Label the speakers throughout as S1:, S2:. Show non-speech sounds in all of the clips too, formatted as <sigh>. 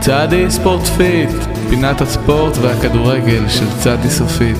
S1: צעדי ספורט פיט, פינת הספורט והכדורגל של צעדי סופית.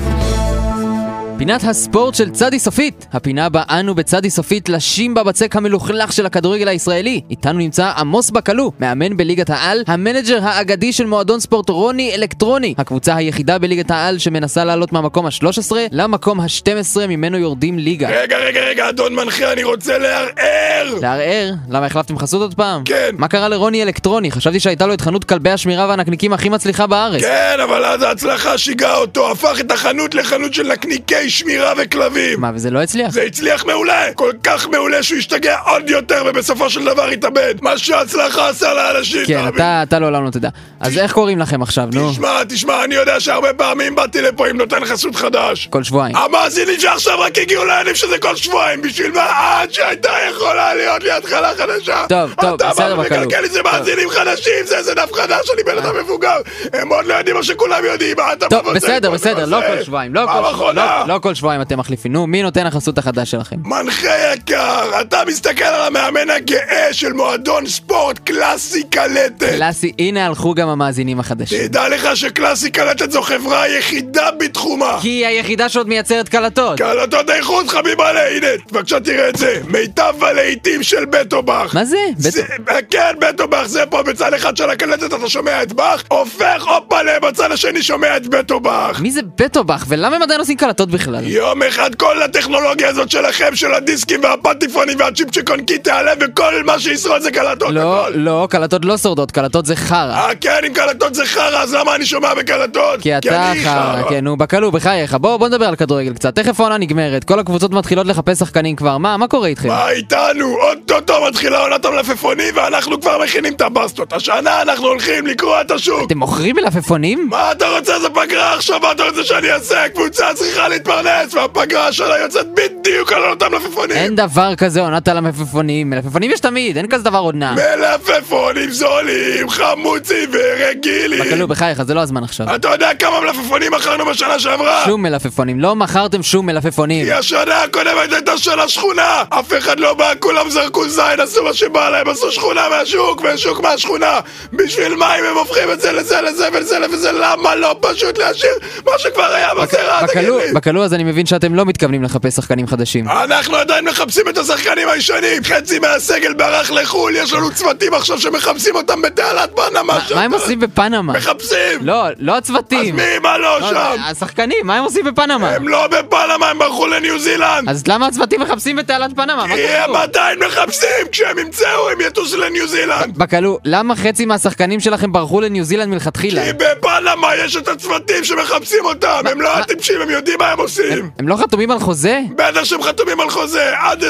S2: פינת הספורט של צדי סופית! הפינה בה אנו בצדי סופית לשים בבצק המלוכלך של הכדורגל הישראלי. איתנו נמצא עמוס בקלו, מאמן בליגת העל, המנג'ר האגדי של מועדון ספורט רוני אלקטרוני, הקבוצה היחידה בליגת העל שמנסה לעלות מהמקום ה-13 למקום ה-12 ממנו יורדים ליגה.
S3: רגע, רגע, רגע, אדון מנחה, אני רוצה לערער!
S2: לערער? למה החלפתם חסות עוד פעם?
S3: כן.
S2: מה קרה לרוני אלקטרוני? חשבתי שהייתה לו את חנות כלבי השמירה והנקניקים הכי מצליחה בארץ.
S3: כן, אבל אז ההצלחה שיגעה אותו, הפך את החנות לחנות של נקניקי שמירה וכלבים!
S2: מה, וזה לא הצליח?
S3: זה הצליח מעולה! כל כך מעולה שהוא השתגע עוד יותר, ובסופו של דבר התאבד! מה שההצלחה עשה לאנשים,
S2: כן,
S3: תאמין.
S2: אתה, אתה לעולם לא תדע. אז איך קוראים לכם עכשיו, נו?
S3: תשמע, תשמע, אני יודע שהרבה פעמים באתי לפה עם נותן חסות חדש.
S2: כל שבועיים.
S3: המאזינים שעכשיו רק הגיעו לעניינים שזה כל שבועיים, בשביל מה עד שהייתה יכולה להיות לי התחלה חדשה?
S2: טוב, טוב, בסדר,
S3: אתה
S2: בקלות.
S3: מקלקל לי, זה
S2: טוב. אה.
S3: מאזינים חדשים, זה איזה דף חדש, אני בן אדם מבוגר, הם עוד לא יודעים מה שכולם יודעים, מה אתה
S2: טוב,
S3: מבזה
S2: בסדר,
S3: פה,
S2: בסדר, לא
S3: מבזה.
S2: כל שבועיים, לא
S3: פעם
S2: כל
S3: אחרונה.
S2: שבועיים, לא כל שבועיים אתם מחליפים. נו, מי נותן החסות החדש שלכם?
S3: מנחה יקר, אתה מסתכל על המאמן הגאה של מועדון ספורט קלאסי קלטת.
S2: קלאסי, הנה הלכו גם המאזינים החדשים.
S3: תדע לך שקלאסי קלטת זו חברה היחידה בתחומה.
S2: כי היא היחידה שעוד מייצרת קלטות.
S3: קלטות איכות חביב עלי, הנה, בבקשה תראה את זה, מיטב הלהיטים של בטובך.
S2: מה זה? בטח.
S3: זה- כן, בטובך זה פה בצד אחד של הקלטת, אתה שומע את באך, הופך הופלה, בצד השני שומע את בטובך.
S2: מי זה בטובח? ולמה הם עדיין עושים קלטות בכלל?
S3: יום אחד כל הטכנולוגיה הזאת שלכם, של הדיסקים והפטיפונים והצ'יפצ'קונקי תיעלם וכל מה שישרוד זה קלטות.
S2: לא,
S3: הכל.
S2: לא, קלטות לא שורדות, קלטות זה חרא.
S3: אה, כן, אם קלטות זה חרא, אז למה אני שומע בקלטות?
S2: כי אתה
S3: אני
S2: חרא, כן, נו, בקלו, בחייך. בוא, בוא נדבר על כדורגל קצת. תכף העונה נגמרת, כל הקבוצות מתחילות לחפש שחקנים כבר. מה, מה קורה איתכם?
S3: מה איתנו? אוטוטו מתחילה עונת המלפפונים ואנחנו כבר מכינים את הבסטות. השנה אנחנו הולכים לקרוע את השוק.
S2: אתם מוכרים מלפפונים?
S3: מה אתה רוצה? זה פגרה עכשיו, מה אתה רוצה שאני אעשה? הקבוצה צריכה להתפרנס, והפגרה שלה יוצאת בדיוק על עונת המלפפונים.
S2: אין דבר כזה עונת על המלפפונים. מלפפונים יש תמיד, אין כזה דבר עונה.
S3: מלפפונים זולים, חמוצים ורגילים.
S2: בקלו,
S3: <clears throat>
S2: בחייך, זה לא הזמן עכשיו.
S3: אתה יודע כמה מלפפונים מכרנו בשנה שעברה?
S2: שום מלפפונים, לא מכרתם שום מלפפונים.
S3: כי השנה הקודמת הייתה של השכונה! אף אחד לא בא, כולם זרקו זין, עשו מה שבא להם, עשו שכונה מהשוק, ושוק מהשכונה! בשביל מה אם הם הופכים את זה לזה, לזה ולזה ולזה, למה לא פשוט להשאיר מה שכבר היה בזירה, תגיד
S2: בקלו-
S3: לי! אה,
S2: בקלו אז אני מבין שאתם לא מתכוונים לחפש שחקנים חדשים.
S3: אנחנו עדיין מחפשים את השחקנים הישנים! חצי מהסגל ברח לחו"ל, יש לנו צוותים עכשיו שמחפשים אותם בתעלת פנמה!
S2: מה- מה הם עושים בפנמה?
S3: מחפשים!
S2: לא, לא
S3: אז
S2: הצוותים.
S3: מי, מה לא
S2: לא,
S3: שם?
S2: השחקנים, מה הם עושים בפנמה?
S3: הם לא בפנמה, הם ברחו לניו זילנד!
S2: אז למה הצוותים מחפשים בתעלת פנמה? מה
S3: כי הם
S2: קשור?
S3: עדיין מחפשים! כשהם ימצאו, הם יטוסו לניו זילנד!
S2: בקלו, למה חצי מהשחקנים שלכם ברחו לניו זילנד מלכתחילה?
S3: כי בפנמה יש את הצוותים שמחפשים אותם! הם לא הטיפשים, הם יודעים מה הם עושים!
S2: הם לא חתומים על חוזה?
S3: בטח שהם חתומים על חוזה! עד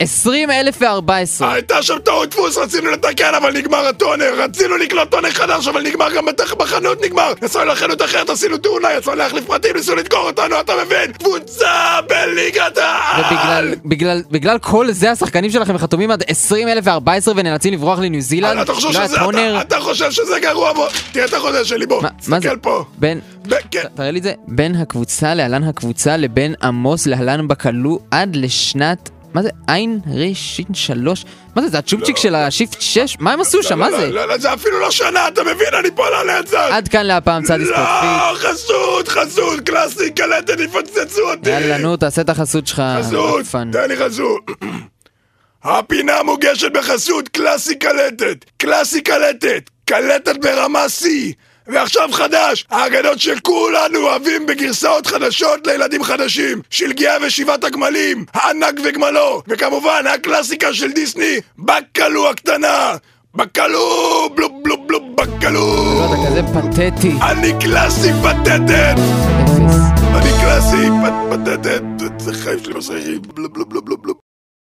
S3: 20,014!
S2: 20,014.
S3: הייתה שם טעות דפוס, רצינו לתקן, אבל נגמר הטונר! רצינו לקנות טונר חדש, אבל נגמר גם בתח- בחנות נגמר! נסענו לחנות אחרת, עשינו תאונה, יצאנו להחליף פרטים, ניסו לדקור אותנו, אתה מבין? קבוצה בליגת העל!
S2: ובגלל
S3: אה.
S2: בגלל, בגלל כל זה השחקנים שלכם חתומים עד 20,014 ונאלצים לברוח לניו זילנד?
S3: אתה חושב
S2: לא היה
S3: אה, שזה- אה.
S2: טונר?
S3: אתה- אתה חושב שזה גרוע? בוא, תראה את החוזה שלי, בוא,
S2: מה- מה זה?
S3: תסתכל פה.
S2: בין...
S3: ב- כן.
S2: תראה לי את זה. בין הקבוצה להלן הקבוצה לבין עמוס להלן בקלו עד לשנת... מה זה? עין רשין שלוש? מה זה? זה הצ'ופצ'יק של השיפט 6? מה הם עשו שם? מה
S3: לא,
S2: זה? אה,
S3: לא, לא, זה אפילו לא שנה, אתה מבין? אני פה על הנצח!
S2: עד כאן להפעם צדי ספורטפיט.
S3: לא, חסות, חסות, קלאסי, קלטת, יפוצצו אותי!
S2: יאללה נו, תעשה את החסות שלך.
S3: חסות,
S2: רדפן.
S3: תן לי חסות. הפינה מוגשת בחסות קלאסי קלטת, קלאסי קלטת, קלטת ברמה שיא. ועכשיו חדש, האגדות שכולנו אוהבים בגרסאות חדשות לילדים חדשים, שלגיה ושבעת הגמלים, הענק וגמלו, וכמובן הקלאסיקה של דיסני, בקלו הקטנה, בקלו, בלופ בלופ בלופ, בקלו.
S2: אתה כזה פתטי.
S3: אני קלאסי פתטת!
S2: אפס.
S3: אני קלאסי פת- פתטת, זה חיים שלי מסריחים, בלופ בלופ בלופ בלופ.